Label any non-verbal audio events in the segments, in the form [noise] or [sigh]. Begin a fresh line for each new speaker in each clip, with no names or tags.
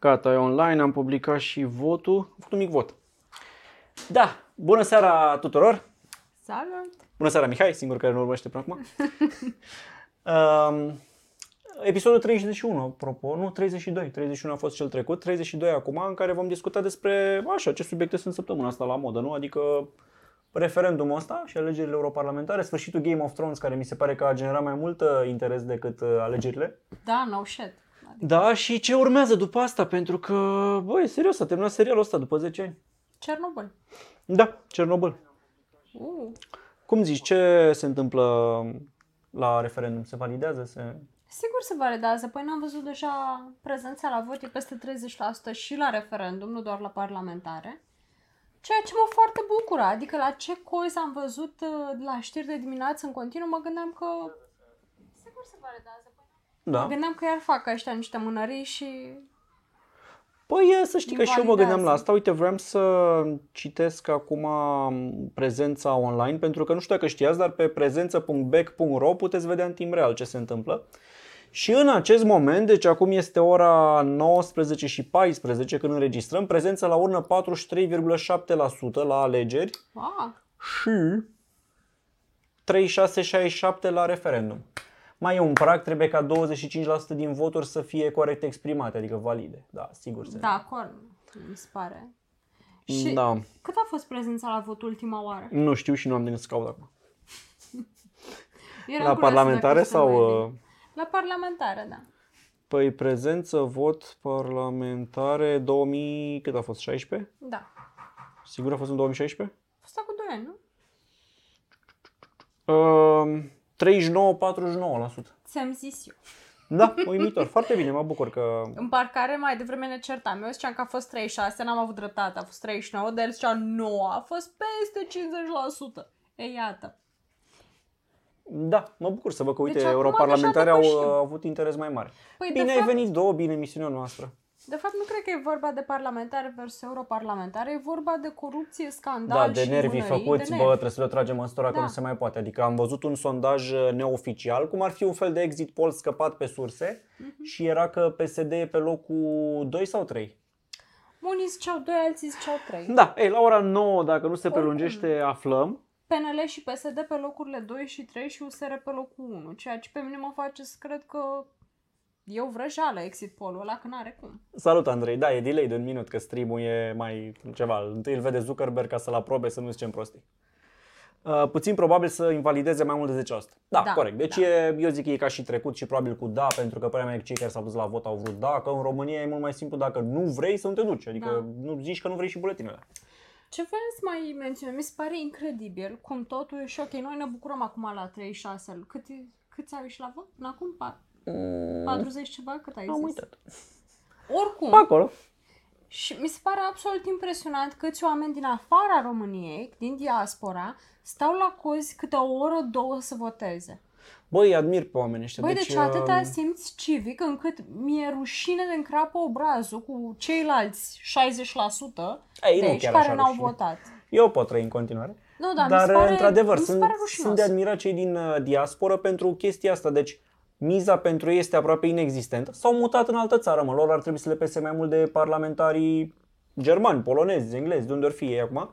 Gata, e online, am publicat și votul. Am făcut un mic vot.
Da, bună seara tuturor!
Salut!
Bună seara Mihai, singur care ne urmărește
[laughs]
până acum. um, episodul 31, apropo, nu 32, 31 a fost cel trecut, 32 acum, în care vom discuta despre așa, ce subiecte sunt săptămâna asta la modă, nu? Adică referendumul ăsta și alegerile europarlamentare, sfârșitul Game of Thrones, care mi se pare că a generat mai mult uh, interes decât uh, alegerile.
Da, no shit. Adică,
Da, și ce urmează după asta, pentru că, băi, serios, s-a terminat serialul ăsta după 10 ani.
Cernobâl.
Da, Cernobâl.
Uh.
Cum zici, ce se întâmplă la referendum? Se validează? Se...
Sigur se validează, păi n-am văzut deja prezența la vot e peste 30% și la referendum, nu doar la parlamentare. Ceea ce mă foarte bucură, adică la ce cozi am văzut uh, la știri de dimineață în continuu, mă gândeam că... Sigur se validează, păi
Da.
Mă gândeam că iar fac ăștia niște mânării și...
Păi e, să știi că și eu mă gândeam la
Validează.
asta. Uite, vreau să citesc acum prezența online, pentru că nu știu dacă știați, dar pe prezență.bec.ro puteți vedea în timp real ce se întâmplă. Și în acest moment, deci acum este ora 19 și 14 când înregistrăm, prezența la urnă 43,7% la alegeri
Ah,
și 3667 la referendum. Mai e un prag, trebuie ca 25% din voturi să fie corect exprimate, adică valide. Da, sigur se.
da, corn, mi se pare. Și da.
da.
cât a fost prezența la vot ultima oară?
Nu știu și nu am de gând să caut acum.
Eram
la
curioasă
parlamentare
dacă se mai
sau...
ridică.
uh,
La parlamentare, da.
Păi prezență, vot, parlamentare, 2000... cât a fost? 16?
Da.
Sigur a fost în 2016?
A fost acum 2 ani, nu?
Uh, 39-49%.
Ți-am zis eu.
Da, uimitor. Foarte bine, mă bucur că...
În parcare mai devreme ne certam. Eu ziceam că a fost 36, n-am avut dreptate, a fost 39, dar el zicea 9, a fost peste 50%. Ei, iată.
Da, mă bucur să văd că, uite,
Deci
deci,
acum
europarlamentari
deja
au
depășim.
uh, avut interes mai mare.
Păi, de
bine ai
fapt-
venit, două bine în emisiunea noastră.
De fapt, nu cred că e vorba de parlamentare versus europarlamentare, e vorba de corupție,
Da,
scandal
de
și
nervii
mânării,
făcuți,
de
bă,
nervi.
trebuie să le tragem măsura că
Da.
nu se mai poate. Adică am văzut un sondaj uh, neoficial, cum ar fi un fel de exit poll scăpat pe surse
Mhm.
și era că PSD e pe locul 2 sau 3.
Unii ziceau 2, alții ziceau 3.
Da, ei, la ora 9, dacă nu se
Oricum.
prelungește, aflăm.
PNL și PSD pe locurile 2 și 3 și USR pe locul 1, ceea ce pe mine mă face să cred că eu vrăjeală exit polul ăla, că n-are cum.
Salut, Andrei. Da, e delay de un minut, că stream e mai ceva. Întâi îl vede Zuckerberg ca să-l aprobe, să nu zicem prostii. Uh, puțin probabil să invalideze mai mult de 10%. Da,
Da,
corect. Deci
da.
e, eu zic că e ca și trecut și probabil cu da, pentru că părea mea că cei care s-au dus la vot au vrut da, că în România e mult mai simplu dacă nu vrei să nu te duci. Adică
Da.
nu zici că nu vrei și buletinele.
Ce vreau să mai menționez, mi se pare incredibil cum totul e și ok, noi ne bucurăm acum la 36 cât, câți au ieșit la vot? Până acum Pa- 40 ceva? Cât ai
Mm, Da. Am
zis?
uitat.
Oricum,
Acolo.
și mi se pare absolut impresionant câți oameni din afara României, din diaspora, stau la cozi câte o oră, două să voteze.
Băi, admir pe oamenii ăștia.
Băi, deci, deci atâta
um,
simți civic încât mi-e rușine de încrapă obrazul cu ceilalți 60%
Ei,
de
nu
aici
chiar
deci care
așa
n-au
rușine.
votat.
Eu pot trăi în continuare.
Nu, da, mi
Dar,
se pare,
într-adevăr,
mi se
sunt,
pare rușinos.
sunt de admirat cei din uh, diasporă pentru chestia asta. Deci, miza pentru ei este aproape inexistentă. S-au mutat în altă țară, mă. Lor ar trebui să le pese mai mult de parlamentarii germani, polonezi, englezi, de unde ori fi ei acum.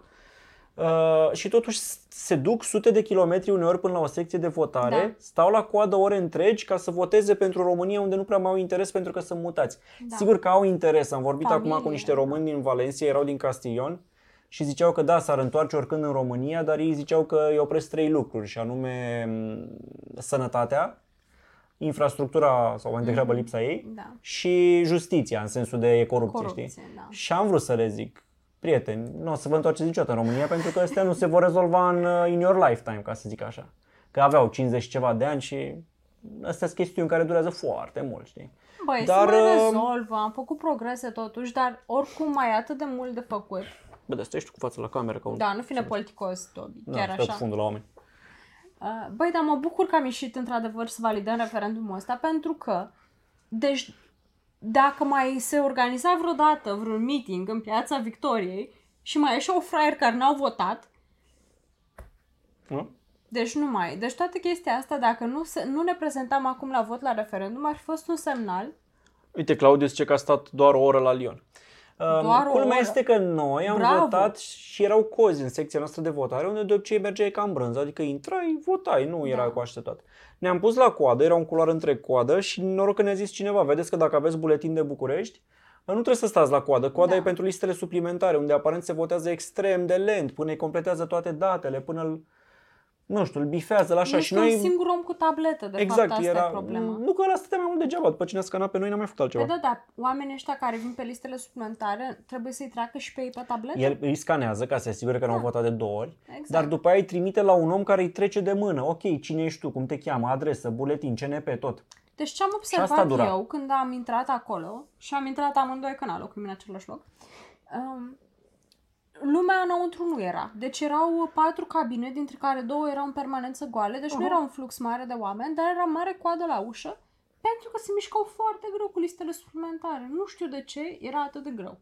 Uh, și totuși s- se duc sute de kilometri uneori până la o secție de votare,
Da.
stau la coadă ore întregi ca să voteze pentru România unde nu prea mai au interes pentru că sunt mutați.
Da.
Sigur că au interes, am vorbit acum cu
Familie,
niște
da.
români din Valencia, erau din Castillon și ziceau că da, s-ar întoarce oricând în România, dar ei ziceau că îi opresc trei lucruri și anume m, sănătatea, infrastructura sau mai degrabă lipsa ei
Da.
și justiția în sensul de corupție,
Corupție,
știi?
da.
Și am vrut să le zic, prieteni, nu o să vă întoarceți niciodată în România pentru că astea nu se vor rezolva în uh, in your lifetime, ca să zic așa. Că aveau 50 și ceva de ani și astea sunt chestiuni care durează foarte mult, știi?
Băi,
Dar,
dar, se mai
uh,
rezolvă, am făcut progrese totuși, dar oricum mai e atât de mult de făcut.
Bă, dar stai și tu cu fața la cameră ca un...
Da, nu fi nepoliticos, Tobi, chiar
stai
așa.
cu fundul la oameni.
Uh, Băi, dar mă bucur că am ieșit într-adevăr să validăm referendumul ăsta, pentru că, deci, dacă mai se organiza vreodată vreun meeting în piața Victoriei și mai ieșeau fraieri care n-au votat,
Nu?
deci nu mai. Deci toată chestia asta, dacă nu, se, nu ne prezentam acum la vot la referendum, ar fi fost un semnal
Uite, Claudiu zice că a stat doar o oră la Lyon.
Um,
Doar o
culmea
oră.
este că noi am
Bravo.
votat și erau cozi în secția noastră de votare, unde de obicei mergeai ca în brânză, adică intrai, votai, nu era
Da.
cu așteptat. Ne-am pus la coadă, era un culoar între coadă și noroc că ne-a zis cineva, vedeți că dacă aveți buletin de București, nu trebuie să stați la coadă, coada
Da.
e pentru listele suplimentare, unde aparent se votează extrem de lent, până îi completează toate datele, până îl, nu știu, îl bifează la așa
Așa,
și
ești noi... un
noi...
singur om cu tabletă, de
exact,
fapt, asta
era...
e problema.
Nu că ăla stătea mai mult degeaba, după ce ne-a scanat pe noi, n-am mai făcut altceva.
Păi da, dar oamenii ăștia care vin pe listele suplimentare trebuie să-i treacă și pe ei pe tabletă?
El îi scanează ca să se asigure că n-au votat de două ori,
Da. Exact.
dar după aia îi trimite la un om care îi trece de mână. Ok, cine ești tu, cum te cheamă, adresă, buletin, CNP, tot.
Deci ce am
asta
observat
dura.
eu când am intrat acolo, și am intrat amândoi că n-a locuim în același loc, um, lumea înăuntru nu era. Deci erau uh, patru cabine, dintre care două erau în permanență goale, deci nu
Aha.
era un flux mare de oameni, dar era mare coadă la ușă, pentru că se mișcau foarte greu cu listele suplimentare. Nu știu de ce era atât de greu.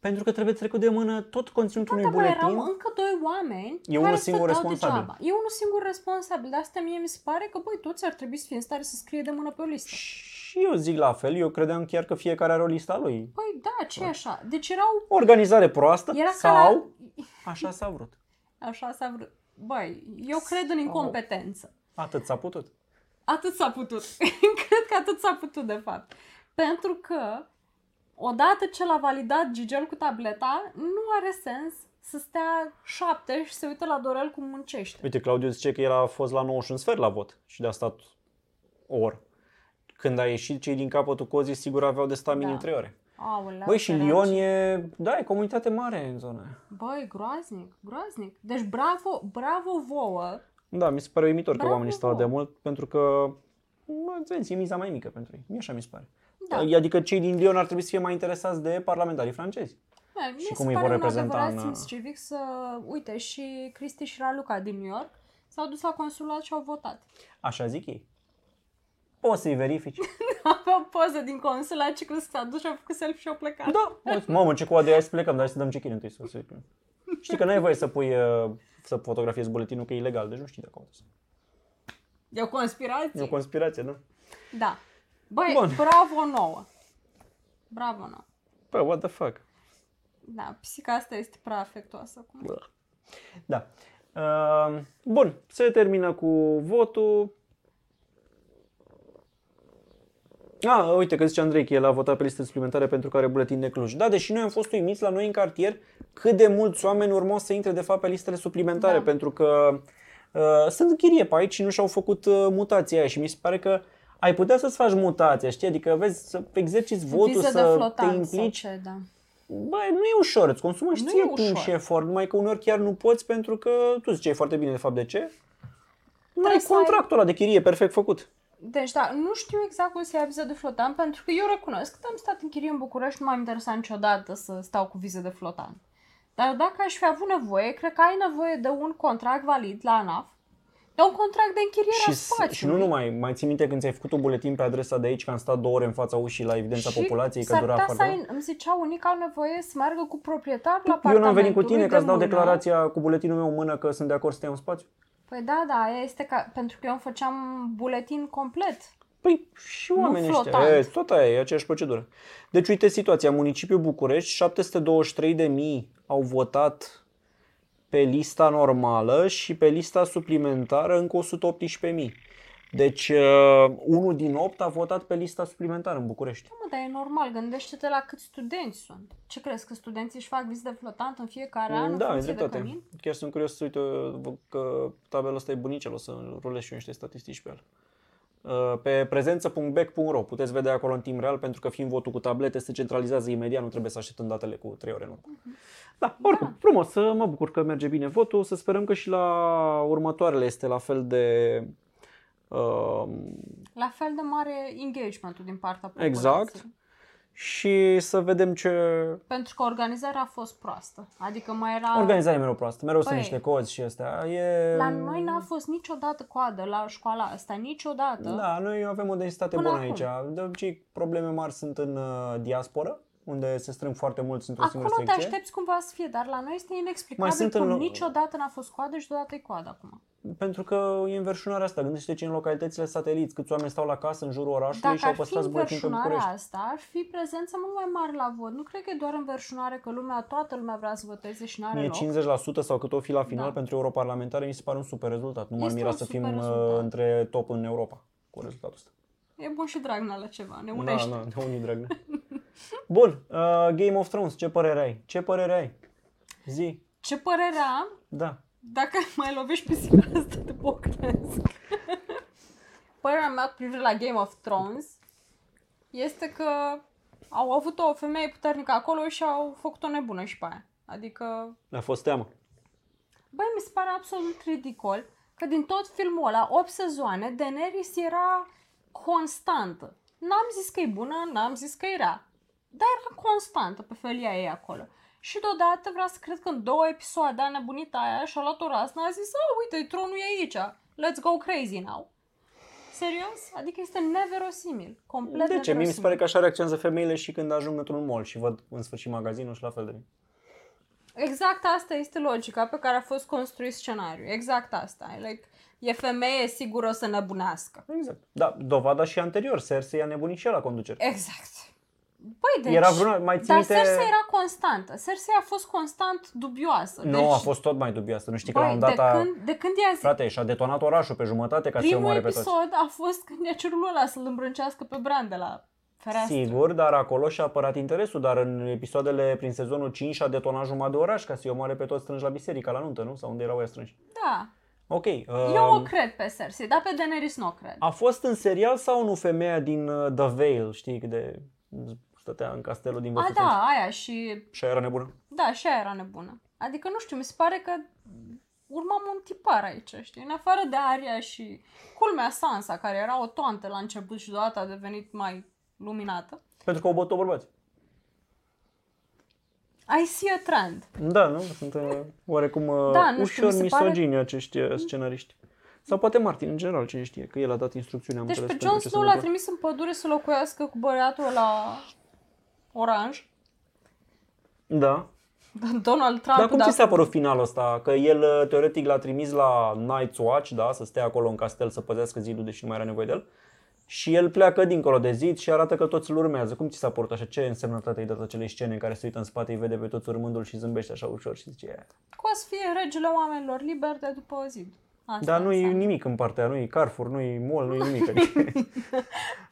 Pentru că trebuie trecut de mână tot conținutul
Da,
unui
mai erau
buletin.
încă doi oameni
E unul
care
singur
stăteau
responsabil.
Degeaba. E unul singur responsabil, de asta mie mi se pare că, băi, toți ar trebui să fie în stare să scrie de mână pe o listă.
Și eu zic la fel, eu credeam chiar că fiecare are o listă a lui.
Păi da, ce e așa? Deci erau...
O organizare proastă
Era
Da. sau
ca la...
așa s-a vrut.
[laughs] Așa s-a vrut. Băi, eu cred în incompetență.
Atât s-a putut.
Atât s-a putut. [laughs] cred că atât s-a putut, de fapt. Pentru că, odată ce l-a validat Gigel cu tableta, nu are sens să stea șapte și să uite la Dorel cum muncește.
Uite, Claudiu zice că el a fost la 9 și un sfert la vot și de-a stat o oră. Când a ieșit cei din capătul cozii, sigur aveau de stat minim
Da.
3 ore.
Aolea,
Băi, și
săraci.
Lyon e, da, e comunitate mare în zona aia.
Băi, groaznic, groaznic. Deci bravo, bravo vouă.
Da, mi se pare uimitor că
Bravo!
oamenii stau de mult pentru că, mă, vezi, e miza mai mică pentru ei. Mie așa mi se pare.
Da.
Adică cei din Lyon ar trebui să fie mai interesați de parlamentarii francezi.
Da, mie
Și
se
cum îi
pare
vor
un
reprezenta
adevărat
în-
simț civic să... Uite, și Cristi și Raluca din New York s-au dus la consulat și au votat. [laughs]
Așa zic ei. Poți să-i verifici.
Aveau poză din consulat și crezi că s-a dus și a făcut selfie și au plecat.
Da, uite, mamă, ce coadă e, hai să plecăm, dar hai să dăm check-in întâi. Să, să Știi că n-ai voie să pui, uh, să fotografiezi buletinul, că e ilegal, deci nu știi dacă o să-
E o conspirație?
E o conspirație, nu?
Da. Băi,
Bun.
bravo nouă. Bravo nouă.
Bă, what the fuck?
Da, pisica asta este prea afectoasă acum.
Da. Uh, bun, se termină cu votul. A, Ah, uite că zice Andrei că el a votat pe liste suplimentare pentru care buletin de Cluj. Da, deși noi am fost uimiți la noi în cartier cât de mulți oameni urmau să intre de fapt pe listele suplimentare,
Da.
pentru că uh, sunt chirie pe aici și nu și-au făcut uh, mutația aia și mi se pare că ai putea să-ți faci mutația, știi? Adică vezi, să exerciți votul,
Viză de
să te
flotant sau
implici.
ce, da.
Bă, nu e ușor, îți consumă și
Nu
ție
e
timp
ușor.
și efort, numai că uneori chiar nu poți pentru că tu ziceai foarte bine de fapt de ce. Nu
Trebuie
ai
să ai-
contractul ăla de chirie perfect făcut.
Deci, da, nu știu exact cum se ia viză de flotant, pentru că eu recunosc că am stat în chirie în București, nu m-a interesat niciodată să stau cu viză de flotant. Dar dacă aș fi avut nevoie, cred că ai nevoie de un contract valid la ANAF, de un contract de închiriere
Și,
a
s-
spațiului.
și nu numai, mai ții minte când ți-ai făcut un buletin pe adresa de aici, că am stat două ore în fața ușii la evidența
Și
populației, că
s-ar
dura
putea să
foarte mult. Păi,
ai, Îmi ziceau unii că au nevoie să meargă cu proprietar la
Eu n-am venit cu
apartamentului
tine
de
ca să dau
mână.
declarația cu buletinul meu în mână că sunt de acord să te iau în spațiu.
Păi da, da, aia este ca, pentru că eu îmi făceam buletin complet.
Păi și
Nu
oamenii
flotant.
ăștia. E, tot aia e aceeași procedură. Deci uite situația. Municipiul București, 723.000 au votat pe lista normală și pe lista suplimentară încă 118.000. Deci uh, unul din opt a votat pe lista suplimentară în București.
Mă, dar e normal, gândește-te la câți studenți sunt. Ce crezi, că studenții își fac vizită flotantă în fiecare an în
da, ai
funcție de
dreptate.
cămin?
Chiar sunt curios să uite uh, că tabelul ăsta e bunicel, o să rulez și eu niște statistici pe el. Uh, Pe prezență.bec.ro puteți vedea acolo în timp real, pentru că fiind votul cu tablete se centralizează imediat, nu trebuie să așteptăm datele cu 3 ore în urmă. Da, oricum,
Mhm. Da.
frumos, să mă bucur că merge bine votul, să sperăm că și la următoarele este la fel de uh,
La fel de mare engagement din partea populației.
Exact. și să vedem ce...
Pentru că organizarea a fost proastă. Adică mai era...
Organizarea e mereu proastă, mereu sunt
Păi.
niște cozi și astea. E...
La noi n-a fost niciodată coadă la școala asta, niciodată.
Da, noi avem o densitate
Până
bună
acum.
aici. De obicei, probleme mari sunt în uh, diasporă, unde se strâng foarte mulți într-o singură
Acolo te
secție.
aștepți cumva să fie, dar la noi este inexplicabil
Mai sunt
cum
în lo-
niciodată n-a fost coadă și deodată e coadă acum.
pentru că e înverșunarea asta. Gândește-te ce în localitățile sateliți, câți oameni stau la casă în jurul orașului
Dacă
și au
ar fi
păstrat buletin pe
înverșunarea
București.
asta, ar fi prezența mult mai mare la vot. Nu cred că e doar înverșunare că lumea, toată lumea vrea să voteze și nu are
E
loc.
50% sau cât o fi la final
Da.
pentru europarlamentare, mi se pare un super rezultat. Nu m-ar
Este
mira
un
să
super
fim uh,
rezultat.
între top în Europa cu rezultatul ăsta.
E bun și Dragnea la ceva, ne
Da,
unește.
da, ne unii dragne. [laughs] Bun, uh, Game of Thrones, ce părere ai? Ce părere ai? Zi,
Ce părere am
da.
dacă [laughs] mai lovești pisica [laughs] asta de bocnesc? [laughs] Părerea mea cu privire la Game of Thrones este că au avut o femeie puternică acolo și au făcut-o nebună și pe aia. Adică
Le-a fost teamă.
Băi, mi se pare absolut ridicol că din tot filmul ăla, 8 sezoane, Daenerys era constantă. N-am zis că e bună, n-am zis că e rea. Dar era constantă pe felia ei acolo. Și deodată vreau să cred că în două episoade a nebunit aia și-a luat o rasnă, a zis, oh, uite, tronul e aici, let's go crazy now. Serios? Adică este neverosimil. Complet
De ce? Mie mi se pare
neverosimil.
că așa reacționează femeile și când ajung într-un mall și văd în sfârșit magazinul și la fel de bine.
Exact asta este logica pe care a fost construit scenariul. Exact asta. Like, e femeie, sigur o să nebunească.
Exact. Da, dovada și anterior, Cersei a nebunit și ea la conducere.
Exact. Păi, deci...
Era vreuna, mai ții
Dar
minte...
Cersei era constantă. Cersei a fost constant dubioasă.
Nu,
deci,
a fost tot mai dubioasă. Nu știi că la
Băi,
un
de,
dat a...
când, de când i-a zis...
Frate, și-a detonat orașul pe jumătate ca să-i
Primul
omoare pe toți.
episod a fost când i-a cerut lui ăla să-l îmbrâncească pe Bran de la fereastră.
Sigur, dar acolo și-a apărat interesul, dar în episoadele prin sezonul 5 și-a detonat jumătate de oraș ca să-i omoare pe toți strânși la biserica, la nuntă, nu? Sau unde erau ei strânși.
Da.
Ok.
Eu
um,
o cred pe Cersei, dar pe Daenerys nu o cred.
A fost în serial sau nu femeia din uh, The Veil, știi, de stătea în castelul din
A,
Vărsățeni?
da, aia și
Și aia era nebună.
Da, și aia era nebună. Adică, nu știu, mi se pare că urmam un tipar aici, știi? În afară de Aria și culmea Sansa, care era o toantă la început și deodată a devenit mai luminată.
Pentru că au bătut bărbați.
I see a trend.
Da, nu? Sunt uh, oarecum uh,
Da, nu știu,
ușor
mi se pare- Mm.
misogini acești uh, scenariști. Sau poate Martin, în general, cine știe, că el a dat instrucțiunea, am
Deci pe
înțeles,
Jon
pentru ce
Snow
se
l-a
întâmplă.
trimis în pădure să locuiască cu băiatul la oranj. [laughs]
Da.
Dar Donald Trump...
Dar cum
da,
ți s-a părut finalul ăsta? Că el, uh, teoretic, l-a trimis la Night's Watch, da? Să stea acolo în castel să păzească zidul, deși nu mai era nevoie de el. Și el pleacă dincolo de zid și arată că toți îl urmează. Cum ți s-a părut așa? Ce însemnătate ai dat acelei scene în care se uită în spate, îi vede pe toți urmândul și zâmbește așa ușor și zice "Ia,
Că o să fie regele oamenilor liber de după o zi. Asta
Dar nu e
înseamnă.
nimic în partea, nu e Carrefour, nu e mall, nu e
[laughs]
nimic. Adică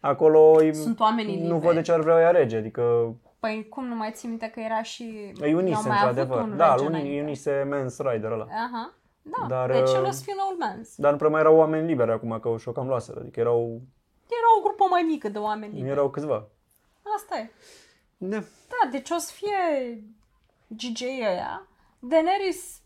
acolo e,
Sunt oamenii
nu
liberi.
văd de ce ar vrea ea rege, adică
Păi cum nu mai țin minte că era și...
e unise,
Eu mai avut
într-adevăr.
un
Da,
rege
uni-
înainte.
e unise Men's Rider ăla.
Aha. Da,
Dar,
Dar, deci
uh,
el o să fie un old man.
Dar nu prea mai erau oameni liberi acum, că și-o cam luaseră, adică erau,
Era o grupă mai mică de oameni liberi.
erau câțiva.
Asta e.
Da.
Da, deci o să fie GJ ăia, Daenerys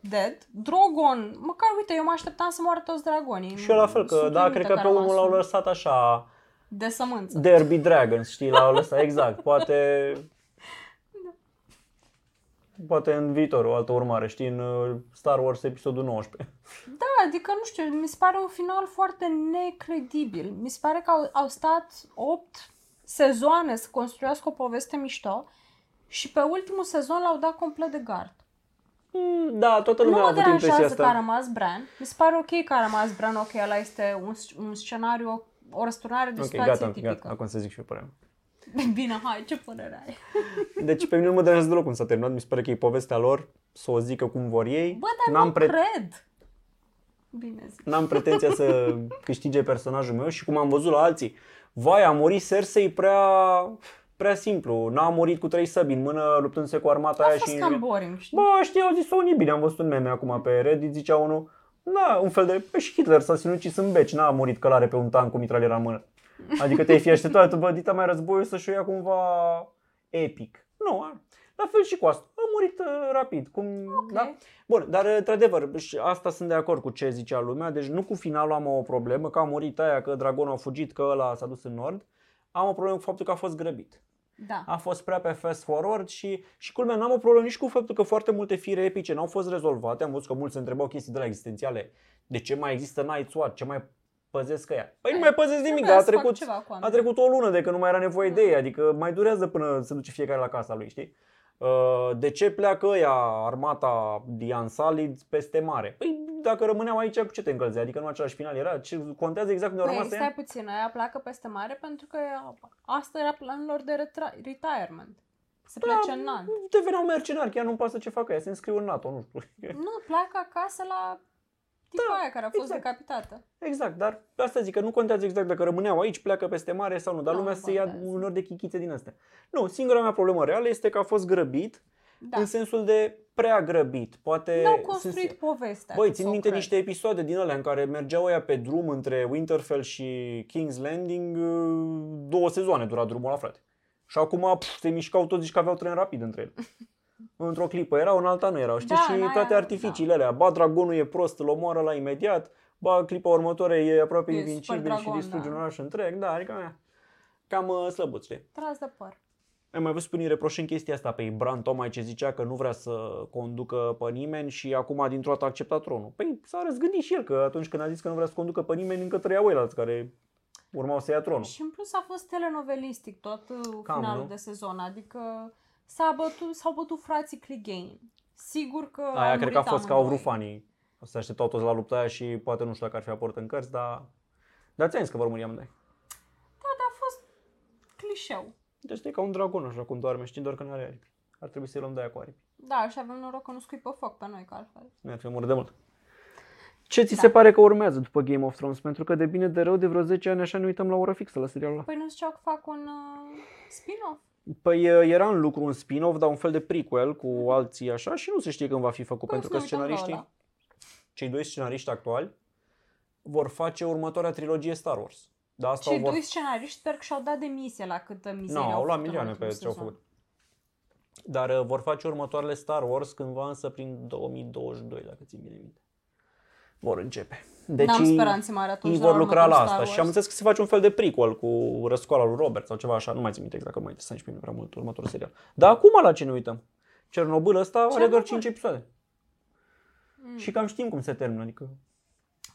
dead, Drogon, măcar uite, eu mă așteptam să moară toți dragonii.
Și eu la fel, că
Sunt
da,
uimită
cred că pe
au
unul l-au
asumat.
lăsat așa,
De sămânță.
Derby Dragons, știi, l-au lăsat, exact, poate...
Da.
Poate în viitor o altă urmare, știi, în uh, Star Wars episodul 19.
Da, adică nu știu, mi se pare un final foarte necredibil. Mi se pare că au, au stat 8 sezoane să construiască o poveste mișto și pe ultimul sezon l-au dat complet de gard.
Mm, Da, toată lumea
Hmm, nu
a
mă
avut impresia asta.
deranjează că a rămas Bran. Mi se pare ok că a rămas Bran, ok, ăla este un, sc- un scenariu, o răsturnare de
Ok,
situație
gata,
tipică.
gata, acum să zic și eu părerea. mea.
[laughs] Bine, hai, ce părere ai?
Deci pe mine nu mă deranjează deloc cum s-a terminat, mi se pare că e povestea lor, să o zică cum vor ei.
Bă, dar
n-am,
nu
pre-
cred. Bine zic.
n-am pretenția să câștige personajul meu și cum am văzut la alții. Vai, a murit Cersei prea, prea simplu, n-a murit cu trei săbi în mână luptându-se cu armata
A
aia
fost
Da, și...
cam boring, știi?
Bă, știi, au zis-o unii bine, am văzut un meme acum pe Reddit, zicea unul, da, un fel de, păi și Hitler s-a sinucis în beci, n-a murit călare pe un tank cu mitraliera în mână. Adică te-ai fi așteptat, bă, dita mai războiul să-și o ia cumva epic. Nu, a- la fel și cu asta. A murit uh, rapid, cum, okay. da? Bun, dar într-adevăr, și asta sunt de acord cu ce zicea lumea, deci nu cu finalul am o problemă, că a murit aia, că dragonul a fugit, că ăla s-a dus în nord. Am o problemă cu faptul că a fost grăbit
Da.
a fost prea pe fast forward și, și culmea, n-am o problemă nici cu faptul că foarte multe fire epice n-au fost rezolvate. Am văzut că mulți se întrebau chestii de la existențiale. De ce mai există Night's Watch? Ce mai păzesc ea? Păi nu mai păzesc nimic, dar a
Trebuia să fac
trecut,
ceva cu
a
oamenii.
trecut o lună de când nu mai era nevoie
Mm.
de ei, adică mai durează până se duce fiecare la casa lui, știi? Uh, De ce pleacă ea armata Dian Salid peste mare? Păi dacă rămâneau aici, cu ce te încălzeai? Adică nu același final era? Ce, contează exact unde au
Păi,
rămas
stai
ea?
puțin, aia pleacă peste mare pentru că asta era planul lor de retra- retirement. Se
Da.
plece în an.
Deveneau mercenari, chiar nu-mi pasă ce facă ea, se înscriu în NATO, nu știu. [laughs]
Nu, pleacă acasă la tipa
Da,
aia care a fost
exact.
decapitată.
Exact, dar asta zic că nu contează exact dacă rămâneau aici, pleacă peste mare sau nu, dar
Nu,
lumea
nu
se ia
contează.
unor de chichițe din astea. Nu, singura mea problemă reală este că a fost grăbit,
Da.
în sensul de prea grăbit. Poate
N-au
sunt-
construit povestea.
Băi,
cât
țin
s-o
minte
cred.
niște episoade din alea în care mergeau aia pe drum între Winterfell și King's Landing, uh, două sezoane dura drumul la frate. Și acum pf, se mișcau toți și că aveau tren rapid între
[laughs]
ele. Într-o clipă erau, în alta nu erau, știi?
Da,
și
în aia,
toate
da.
artificiile alea. Ba, dragonul e prost, îl omoară la imediat. Ba, clipa următoare e aproape
E
invincibil
super
și
dragon,
distruge
da.
un oraș întreg. Da, adică aia. Cam uh, slăbuț, știi?
Tras de păr.
Am mai văzut pe unii reproșând chestia asta pe Bran tocmai ce zicea că nu vrea să conducă pe nimeni și acum dintr-o dată a acceptat tronul. Păi s-a răzgândit și el că atunci când a zis că nu vrea să conducă pe nimeni, încă trăiau ăilalți care urmau să ia tronul.
Și în plus a fost telenovelistic tot uh,
Cam,
finalul
nu?
de sezon. Adică s-a bătut, s-au bătut frații Clegane. Sigur că au
Aia cred
murit
că a fost că au vrut
amândoi.
fanii. O să se așteptau toți la lupta aia și poate nu știu dacă ar fi apărut în cărți, dar... Dar ți-am zis că vor muri amândoi.
Da, dar a fost clișeu.
Deci știi ca un dragon așa cum doarme, știi doar că nu are aripi. Ar trebui să-i luăm de aia cu aripi.
Da, și avem noroc că nu scuipă foc pe noi, că altfel.
Ne ar fi murit de mult. Ce ți
Da.
se pare că urmează după Game of Thrones? Pentru că de bine de rău de vreo 10 ani așa ne uităm la ora fixă la serialul ăla.
Păi nu ziceau că fac un uh, spin-off?
Păi uh, era în lucru un spin-off, dar un fel de prequel
Mhm.
cu alții așa și nu se știe când va fi făcut,
Păi
pentru
să
că
ne uităm la
scenariștii,
ăla.
cei doi scenariști actuali vor face următoarea trilogie Star Wars. Dar asta
Cei
o vor...
doi scenariști sper că și-au dat demisie la câtă
Nu,
mizerie
au luat
făcut în
milioane
ultimul
pe ce au
sezon.
făcut.
da.
Dar uh, vor face următoarele Star Wars cândva însă prin 2022, dacă țin bine minte. Vor începe. Deci
N-am
ei-
speranțe mari atunci
ei
de
vor
la
lucra la
următorul
asta
Star
și am
Wars.
înțeles că se face un fel de prequel cu răscoala lui Robert sau ceva așa, nu mai țin minte exact, că nu mai interesant și pe mine prea mult următorul serial. Dar acum la ce ne uităm? Cernobâl ăsta are doar
Cernobâl. Mm.
5 episoade. Și cam știm cum se termină, adică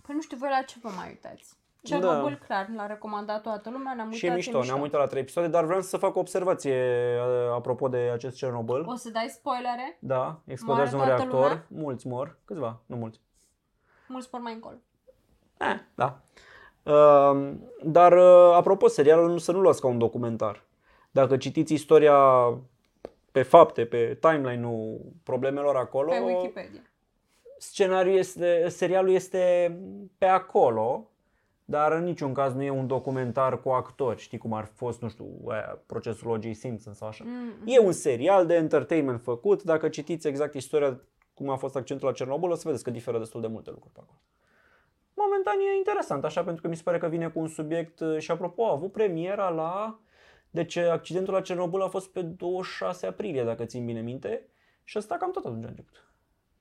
Păi nu știu voi la ce vă mai uitați. Cernobâl clar, l-a recomandat toată lumea, ne-am uitat,
Da. și e mișto, ne-am uitat la 3 episoade, dar vreau să fac o observație uh, apropo de acest Cernobâl.
O să dai spoilere?
Da, explodează un
Moare toată
reactor,
lumea?
mulți mor, câțiva, nu mulți.
Mulți spor mai încolo.
Eh, da. Uh, dar, uh, apropo, serialul nu- să nu luați ca un documentar. Dacă citiți istoria pe fapte, pe timeline-ul problemelor acolo,
Pe Wikipedia.
scenariul este, serialul este pe acolo, dar în niciun caz nu e un documentar cu actori, știi cum ar fi fost, nu știu, aia, procesul O.J. Simpson sau așa.
Mm.
E un serial de entertainment făcut, dacă citiți exact istoria cum a fost accentul la Cernobâl, o să vedeți că diferă destul de multe lucruri pe acolo. Momentan e interesant, așa, pentru că mi se pare că vine cu un subiect uh, și apropo, a avut premiera la... Deci uh, accidentul la Cernobâl a fost pe 26 aprilie, dacă țin bine minte, și asta cam tot atunci a început.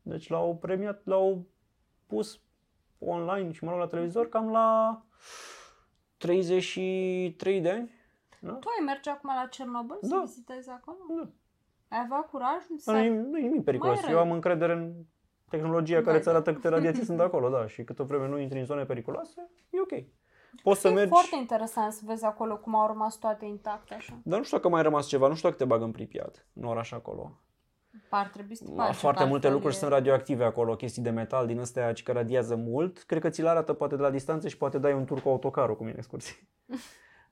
Deci l-au premiat, l-au pus online și mă rog la televizor cam la 33 de ani. Da?
Tu ai merge acum la Cernobâl să
Da.
vizitezi acolo?
Da.
Ai avea curajul
Nu, e-
să...
nu e nimic periculos.
Mai
Eu
răi.
am încredere în tehnologia
Mai
care îți
răi.
arată câte
[laughs]
radiații sunt acolo, da, și câtă vreme nu intri în zone periculoase, e ok. Poți să
e
mergi,
foarte interesant să vezi acolo cum au rămas toate intacte așa.
dar nu știu dacă mai a rămas ceva, nu știu dacă te bagă în Pripyat, în oraș acolo.
Ar trebui să te
Ma,
faci,
foarte
că
multe
altfel
lucruri
e-
sunt radioactive acolo, chestii de metal din astea ce radiază mult. Cred că ți le arată poate de la distanță și poate dai un tur cu autocarul cum e în
[laughs]
excursie.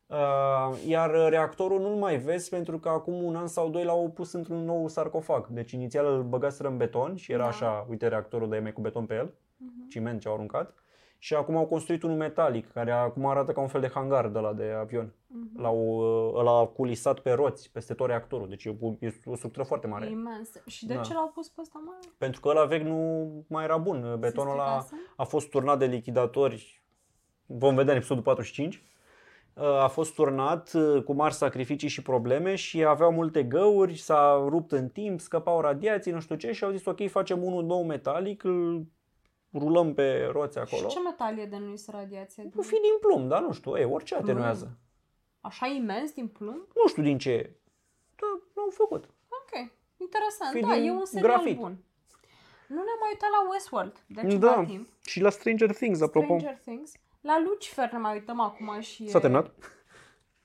Uh, iar uh, reactorul nu-l mai vezi pentru că acum un an sau doi l-au pus într-un nou sarcofag. Deci inițial îl băgaseră în beton și era
Da.
așa, uite reactorul, dar e mai cu beton pe el,
Mhm.
ciment ce au aruncat. Și acum au construit unul metalic, care acum arată ca un fel de hangar de la de avion.
Mhm.
L-au, uh, l-au culisat pe roți, peste tot reactorul. Deci e, o- e o structură foarte mare.
E imens. Și de
Da.
ce l-au pus pe ăsta mare? Se
Pentru că ăla vechi nu mai era bun. Betonul ăla
stricase?
a fost turnat de lichidatori, vom vedea în episodul 45, Uh, a fost turnat uh, cu mari sacrificii și probleme și aveau multe găuri, s-a rupt în timp, scăpau radiații, nu știu ce și au zis ok, facem unul nou metalic, îl rulăm pe roți acolo.
Și ce metal e de nu iese radiația?
Nu fi din plumb, dar nu știu, e, orice
Mm.
atenuează.
Așa imens din plumb?
Nu știu din ce e, dar l-au făcut.
Ok, interesant.
Fi
da,
din
e un serial
grafit.
bun. Nu ne-am mai uitat la Westworld de ceva
Da, Exact,
timp.
Și la Stranger Things,
Stranger Things. La Lucifer ne mai uităm acum și...
S-a terminat?
Și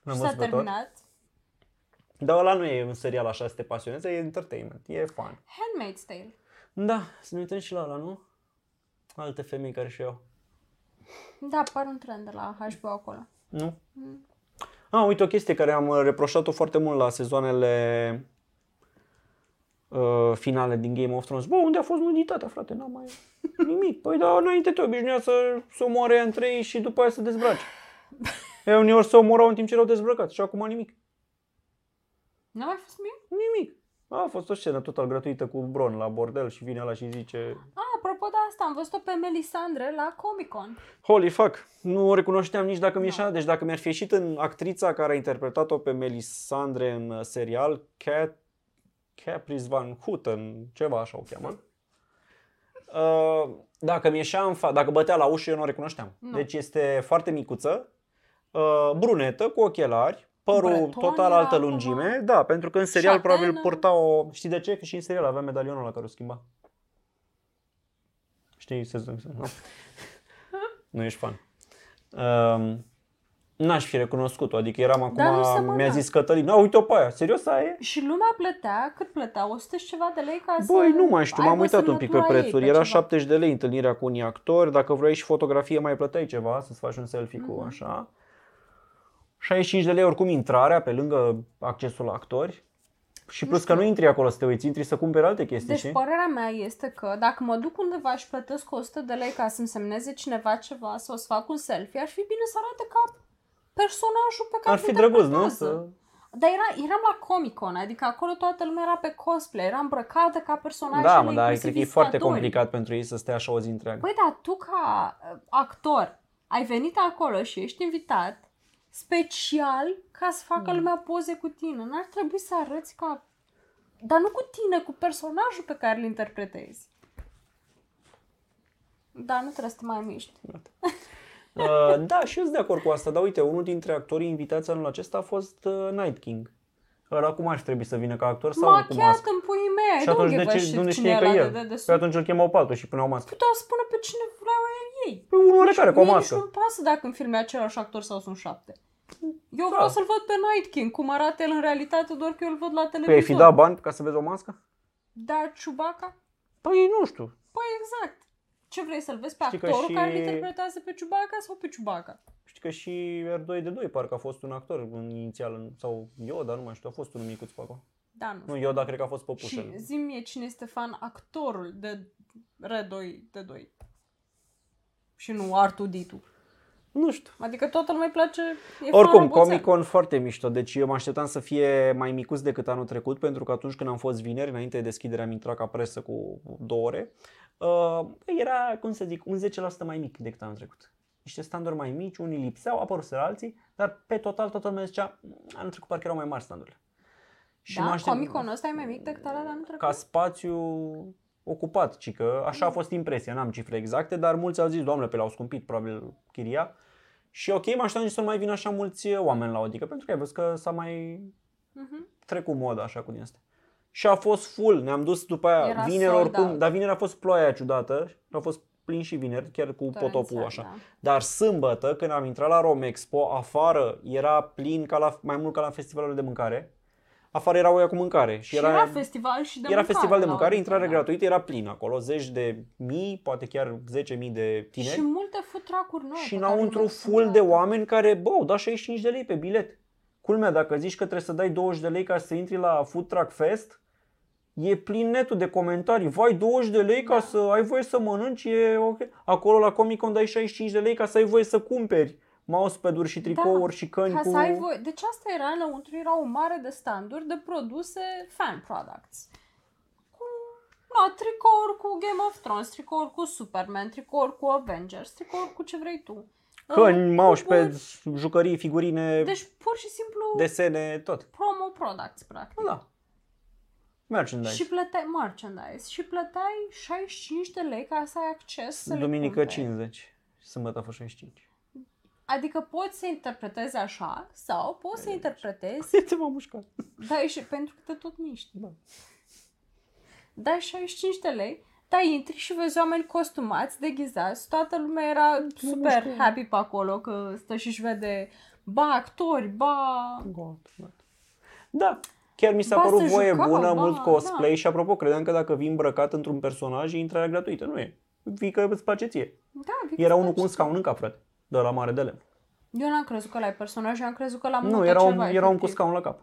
N-am
s-a
văzut pe tot.
terminat.
Dar ăla nu e un serial așa să te pasioneze, e entertainment, e fun.
Handmaid's Tale.
Da, să ne uităm și la ăla, nu? alte femei care și eu.
Da, par un trend de la HBO acolo.
Nu? Ah, uite o chestie care am reproșat-o foarte mult la sezoanele uh, finale din Game of Thrones. Bă, unde a fost nuditatea, frate? N-am mai nimic. Păi, dar înainte te obișnuia să se omoare între ei și după aia să dezbraci. Ei, uneori se omorau în timp ce erau dezbrăcați și acum nimic.
N-a mai fost mie?
Nimic. A fost o scenă total gratuită cu Bron la bordel și vine ăla și zice
A, apropo de asta, am văzut-o pe Melisandre la Comic-Con.
Holy fuck, nu o recunoșteam nici dacă mi ieșea, deci dacă mi-ar fi ieșit în actrița care a interpretat-o pe Melisandre în uh, serial, Cat, Caprice Van Houten, ceva așa o cheamă, uh, dacă mi ieșea în fa- dacă bătea la ușă, eu nu o recunoșteam.
Nu.
Deci este foarte micuță, uh, brunetă, cu ochelari, părul
Brătoane
total
la
altă
acum.
lungime, da, pentru că în serial
Șatenă.
probabil purta o... Știi de ce? Că și în serial avea medalionul la care o schimba. Știi, sezonul nu? nu ești fan. Um, n-aș fi recunoscut-o, adică eram
Dar nu
acum,
seamănă.
mi-a zis Cătălin, a, uite-o pe aia, serios aia e?
Și lumea plătea, cât plătea? 100 și ceva de lei ca Da, să
Băi, nu mai știu, m-am
aibă
uitat un pic pe
semnătura ei,
prețuri, era
ceva.
70 de lei întâlnirea cu unii actori, dacă vrei și fotografie mai plăteai ceva, să-ți faci un selfie
Mhm.
cu așa. 65 de lei oricum intrarea, pe lângă accesul la actori. Și plus că nu intri acolo să te uiți, intri să cumperi alte chestii,
Deci
știi?
părerea mea este că dacă mă duc undeva și plătesc 100 de lei ca să-mi semneze cineva ceva sau să fac un selfie, ar fi bine să arate ca personajul pe care
Ar fi
îl
drăguț, nu?
interpretează.
Să...
Dar era, eram la Comic-Con, adică acolo toată lumea era pe cosplay, era îmbrăcată ca personajele
Da, mă, dar
inclusiv
cred că e foarte
visitatorii.
complicat pentru ei să stea așa o zi întreagă.
Păi, dar tu ca uh, actor ai venit acolo și ești invitat special ca să facă lumea poze cu tine. N-ar trebui să arăți ca... Dar nu cu tine, cu personajul pe care îl interpretezi. Da, nu trebuie să te mai miști.
Uh, da, și eu sunt de acord cu asta, dar uite, unul dintre actorii invitați anul acesta a fost uh, Night King. Ăla cum ar trebui să vină ca actor sau cu
Machiat
mască?
în puii mei,
Și
I don't
atunci
give
de
a
ce
shit
nu ne
cine
știe că
e ăla
el?
de
Pe
dedesubt.
atunci îl chemau pe altul și puneau mască.
Puteau spune pe cine vreau ei.
Pe Păi unul care cu o
Mie nici
mască.
nu-mi pasă dacă în filme același actor sau sunt șapte. Eu
Da.
vreau să-l văd pe Night King, cum arată el în realitate, doar că eu îl văd la televizor.
Păi ai fi dat bani ca să vezi o mască?
Da, Chewbacca?
Păi nu știu.
Păi exact. Ce vrei să-l vezi pe
Știi că
actorul
și-
care îl interpretează pe Chewbacca sau pe Chewbacca?
Știi că și R2D2 parcă a fost un actor în, inițial, în, sau Yoda, nu mai știu, a fost un micuț pe acolo.
Da, nu.
Nu, Yoda cred că a fost păpușă.
și zi mie cine este fan actorul de R2 de 2. Și nu Artu Ditu.
Nu știu.
Adică toată lumea îi place, e
Oricum,
fan roboțel.
Comic Con foarte mișto, deci eu mă așteptam să fie mai micuț decât anul trecut, pentru că atunci când am fost vineri, înainte de deschidere, am intrat ca presă cu două ore, uh, era, cum să zic, un 10% mai mic decât anul trecut. Niște standuri mai mici, unii lipseau, apăruseră alții, dar pe total toată lumea zicea, "Mm, anul trecut parcă erau mai mari standurile. Și mă
Da,
aștept-
Comic-Con ăsta e mai mic decât ăla de anul trecut?
ca spațiu ocupat, ci că așa a fost impresia, n-am cifre exacte, dar mulți au zis, doamne, pe l-au scumpit probabil chiria. Și ok, m-aș nici să nu mai vină așa mulți eh, oameni la odică, pentru că ai văzut că s-a mai
Mhm.
trecut moda așa cu din asta. Și a fost full, ne-am dus după aia,
Era
vineri
sold
oricum,
out.
dar vineri a fost ploaia aia ciudată, a fost plin și vineri, chiar cu potopul
Torențial,
așa.
da.
Dar sâmbătă, când am intrat la Romexpo, afară era plin ca la, mai mult ca la festivalul de mâncare. Afară erau oia cu mâncare. Și,
Și era, era festival și de
era
mâncare
festival de
la Da.
mâncare,
ora
intrare
asta,
gratuită, era plin acolo, zeci de mii, poate chiar zece mii de
da.
tineri.
Și multe food truck-uri noi.
și înăuntru full de oameni care, bă, au dat 65 de lei pe bilet. Culmea, dacă zici că trebuie să dai 20 de lei ca să intri la Food Truck Fest, e plin netul de comentarii. Vai, 20 de lei
Da.
ca să ai voie să mănânci, e ok. Acolo la Comic Con dai 65 de lei ca să ai voie să cumperi mousepad-uri și tricouri și căni
Da, Ca
cu...
să ai voie. Deci asta era înăuntru, era o mare de standuri de produse fan products. Cu, na, tricouri cu Game of Thrones, tricouri cu Superman, tricouri cu Avengers, tricouri cu ce vrei tu.
Căni,
Uh,
mousepad,
cuburi.
jucării, figurine,
Deci pur și simplu de...
desene, tot.
promo products, practic.
Da. Merchandise.
Și plăteai merchandise și plăteai 65 de lei ca să ai acces să
Duminică
le cumperi.
50, sâmbătă a fost 65.
Adică poți să interpretezi așa sau poți să interpretezi
Te m-am mușcat.
Da, e și pentru că te tot miști. Da,
Da.
Dai 65 de lei, da, intri și vezi oameni costumați, deghizați, toată lumea era super
știu.
happy pe acolo că stă și-și vede ba actori, ba...
God, God. Da, chiar mi s-a
Ba,
părut
se
voie
jucau,
bună,
ba, da.
mult cosplay și apropo, credeam că dacă vii îmbrăcat într-un personaj e intrarea gratuită, nu e. vii că îți place ție.
Da, Vic
Era unul
Stăpân.
cu un scaun în cap, frate, de la mare de lemn.
Eu n-am crezut că l-ai personaj, eu am crezut că l-am
Nu,
mutat
era un,
ceva,
era un cu
efectiv.
scaun la cap.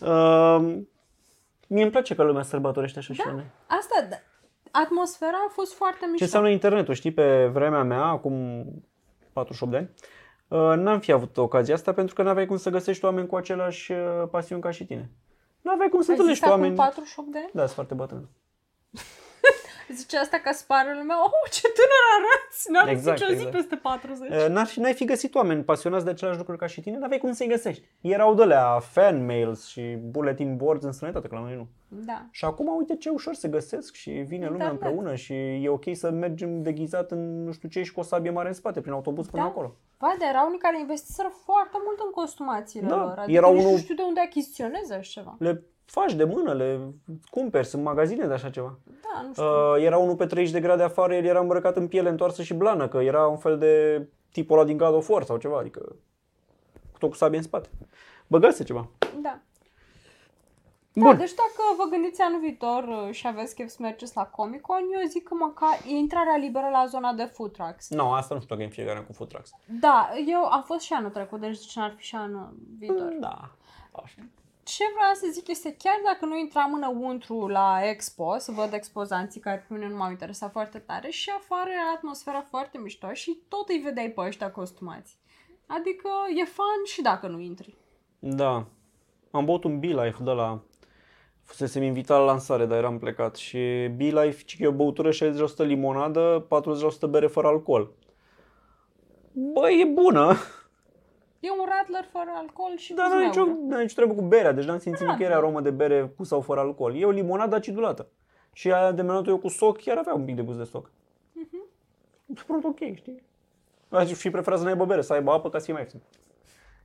Uh, mie îmi place că lumea sărbătorește așa da? și la noi.
Asta, da. atmosfera a fost foarte
Ce
mișto.
înseamnă internetul, știi, pe vremea mea, acum 48 de ani, uh, n-am fi avut ocazia asta pentru că n-aveai cum să găsești oameni cu aceleași uh, pasiuni ca și tine. N-aveai cum să
Ai zis
întâlnești
acum
oameni.
48 de ani?
Da, sunt foarte bătrân.
Zice asta ca spară lumea, oh, ce tânăr arăți, n-am
Exact,
exact, nicio zi
exact.
peste 40.
Uh, N-ar fi, n-ai fi găsit oameni pasionați de același lucruri ca și tine, n-aveai cum să-i găsești. Erau de la fan mails și bulletin boards în străinătate, că la noi nu.
Da.
Și acum uite ce ușor se găsesc și vine lumea
Internet.
împreună și e ok să mergem deghizat în nu știu ce și cu o sabie mare în spate, prin autobuz până
Da.
acolo.
Ba, dar erau unii care investiseră foarte mult în costumațiile
Da,
lor, adică
era
nici nu
unul-
știu de unde achiziționeze așa ceva.
Le faci de mână, le cumperi, sunt magazine de așa ceva.
Da, nu știu.
Uh, era unul pe 30 de grade afară, el era îmbrăcat în piele întoarsă și blană, că era un fel de tipul ăla din God of War sau ceva, adică tot cu sabie în spate. Băgase ceva.
Da. Da,
Bun.
deci dacă vă gândiți anul viitor uh, și aveți chef să mergeți la Comic-Con, eu zic că măcar e intrarea liberă la zona de food trucks.
Nu, no, asta nu știu dacă e în fiecare an cu food trucks.
Da, eu am fost și anul trecut, deci de ce n-ar fi și anul viitor?
Da. Așa.
Ce vreau să zic este chiar dacă nu intram înăuntru la expo, să văd expozanții care pe mine nu m-au interesat foarte tare și afară era atmosfera foarte mișto și tot îi vedeai pe ăștia costumați. Adică e fan și dacă nu intri.
Da. Am băut un Be-Life de la... Fusesem invitat la lansare, dar eram plecat. Și Be-Life, ci că e o băutură 60% limonadă, 40% bere fără alcool. Bă, e bună,
E un ratler fără alcool și
dar
cu
n-are nicio,
zmeură.
n-are nicio treabă cu berea, deci n-am simțit
Da.
nicăieri aromă de bere cu sau fără alcool. E o limonadă acidulată. Și aia de menat eu cu soc, chiar avea un pic de gust de soc.
Mhm.
Uh-huh. Sunt ok, știi? Aș fi preferat să nu aibă bere, să aibă apă ca să fie mai ieftin.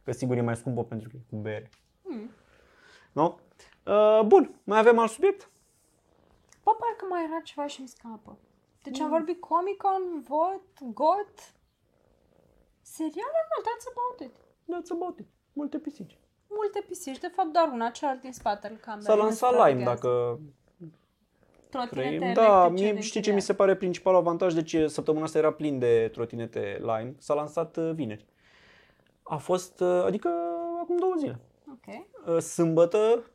Că sigur e mai scumpă pentru că e cu bere.
Mm.
Nu? Uh, bun, mai avem alt subiect?
Bă, parcă mai era ceva și îmi scapă. Deci
Hmm.
am vorbit Comic-Con, Vot, Got, serialul meu, that's about it.
That's about it. Multe pisici.
Multe pisici, de fapt doar una, cealaltă din spatele camerei.
S-a
nu
lansat
supraveghează.
Lime dacă
Trotinete
trăim. Da,
electrice
mie,
de
știi ce mi
închiriat.
se pare principalul avantaj? Deci săptămâna asta era plin de trotinete Lime. S-a lansat uh, vineri. A fost, uh, adică acum două zile.
Ok.
Uh, Sâmbătă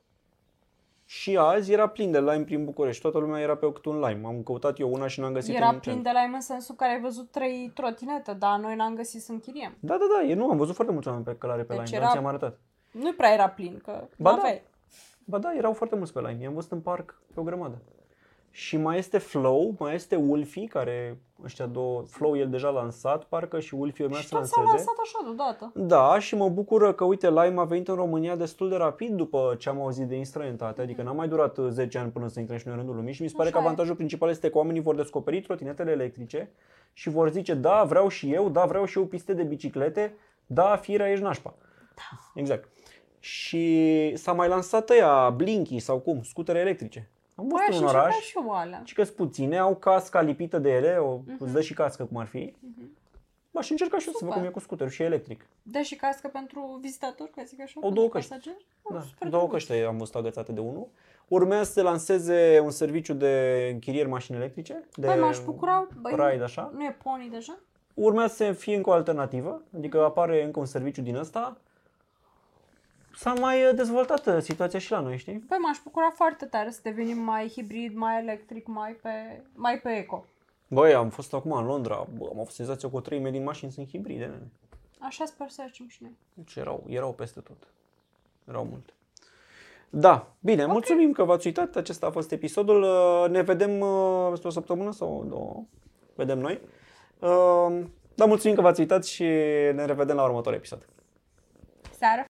și azi era plin de Lime prin București. Toată lumea era pe câte un Lime. Am căutat eu una și n-am găsit
Era
în
plin
centru.
de la în sensul că ai văzut trei trotinete, dar noi n-am găsit să închiriem.
Da, da, da, eu nu am văzut foarte mulți oameni pe călare pe
Deci
Lime, dar
era-
ți-am arătat.
Nu prea era plin, că
Ba
nu
da.
aveai.
Ba da, erau foarte mulți pe Lime. I-am văzut în parc pe o grămadă. Și mai este Flow, mai este Ulfi, care ăștia două, Flow el deja lansat, parcă și Ulfi urmează
Și
să
tot s-a
lanseze.
lansat așa deodată.
Da, și mă bucură că, uite, Lime a venit în România destul de rapid după ce am auzit de instrăinătate, adică n-a mai durat uh, 10 ani până să intre și noi în rândul lumii și mi se pare
Mm. Așa
că
e.
avantajul principal este că oamenii vor descoperi trotinetele electrice și vor zice, da, vreau și eu, da, vreau și eu piste de biciclete, da, firea ești nașpa. Da. Exact. Și s-a mai lansat ăia Blinky sau cum, scutere electrice. Am
Păi
văzut
aș
în
încerca
oraș
și eu alea.
și că sunt puține, au casca lipită de ele, o,
Mhm.
îți dă și cască cum ar fi. Aș încerca și eu să văd
Super.
cum e cu scuterul și electric.
Da Mhm. și cască pentru vizitator, ca zic așa?
Au
pentru
două căști.
pasageri? Oh,
Da,
super
două
drăguț.
căști am văzut agățate de unul. Urmează să lanseze un serviciu de închirieri mașini electrice, de da.
Băi, Păi m-aș bucura, băi,
ride, așa.
nu e pony deja?
Urmează să fie încă o alternativă,
Mm.
adică apare încă un serviciu din ăsta. S-a mai uh, dezvoltat uh, situația și la noi, știi?
Păi m-aș bucura foarte tare să devenim mai hibrid, mai electric, mai pe, mai pe eco.
Băi, am fost acum în Londra, bă, am avut senzația că o treime din mașini sunt hibride, nene.
Așa sper să ajungem și noi.
Deci erau, erau peste tot. Erau multe. Da, bine, okay. mulțumim că v-ați uitat. Acesta a fost episodul. Uh, Ne vedem uh, peste o săptămână sau două. Vedem noi. Uh, Da, mulțumim că v-ați uitat și ne revedem la următorul episod.
Seară!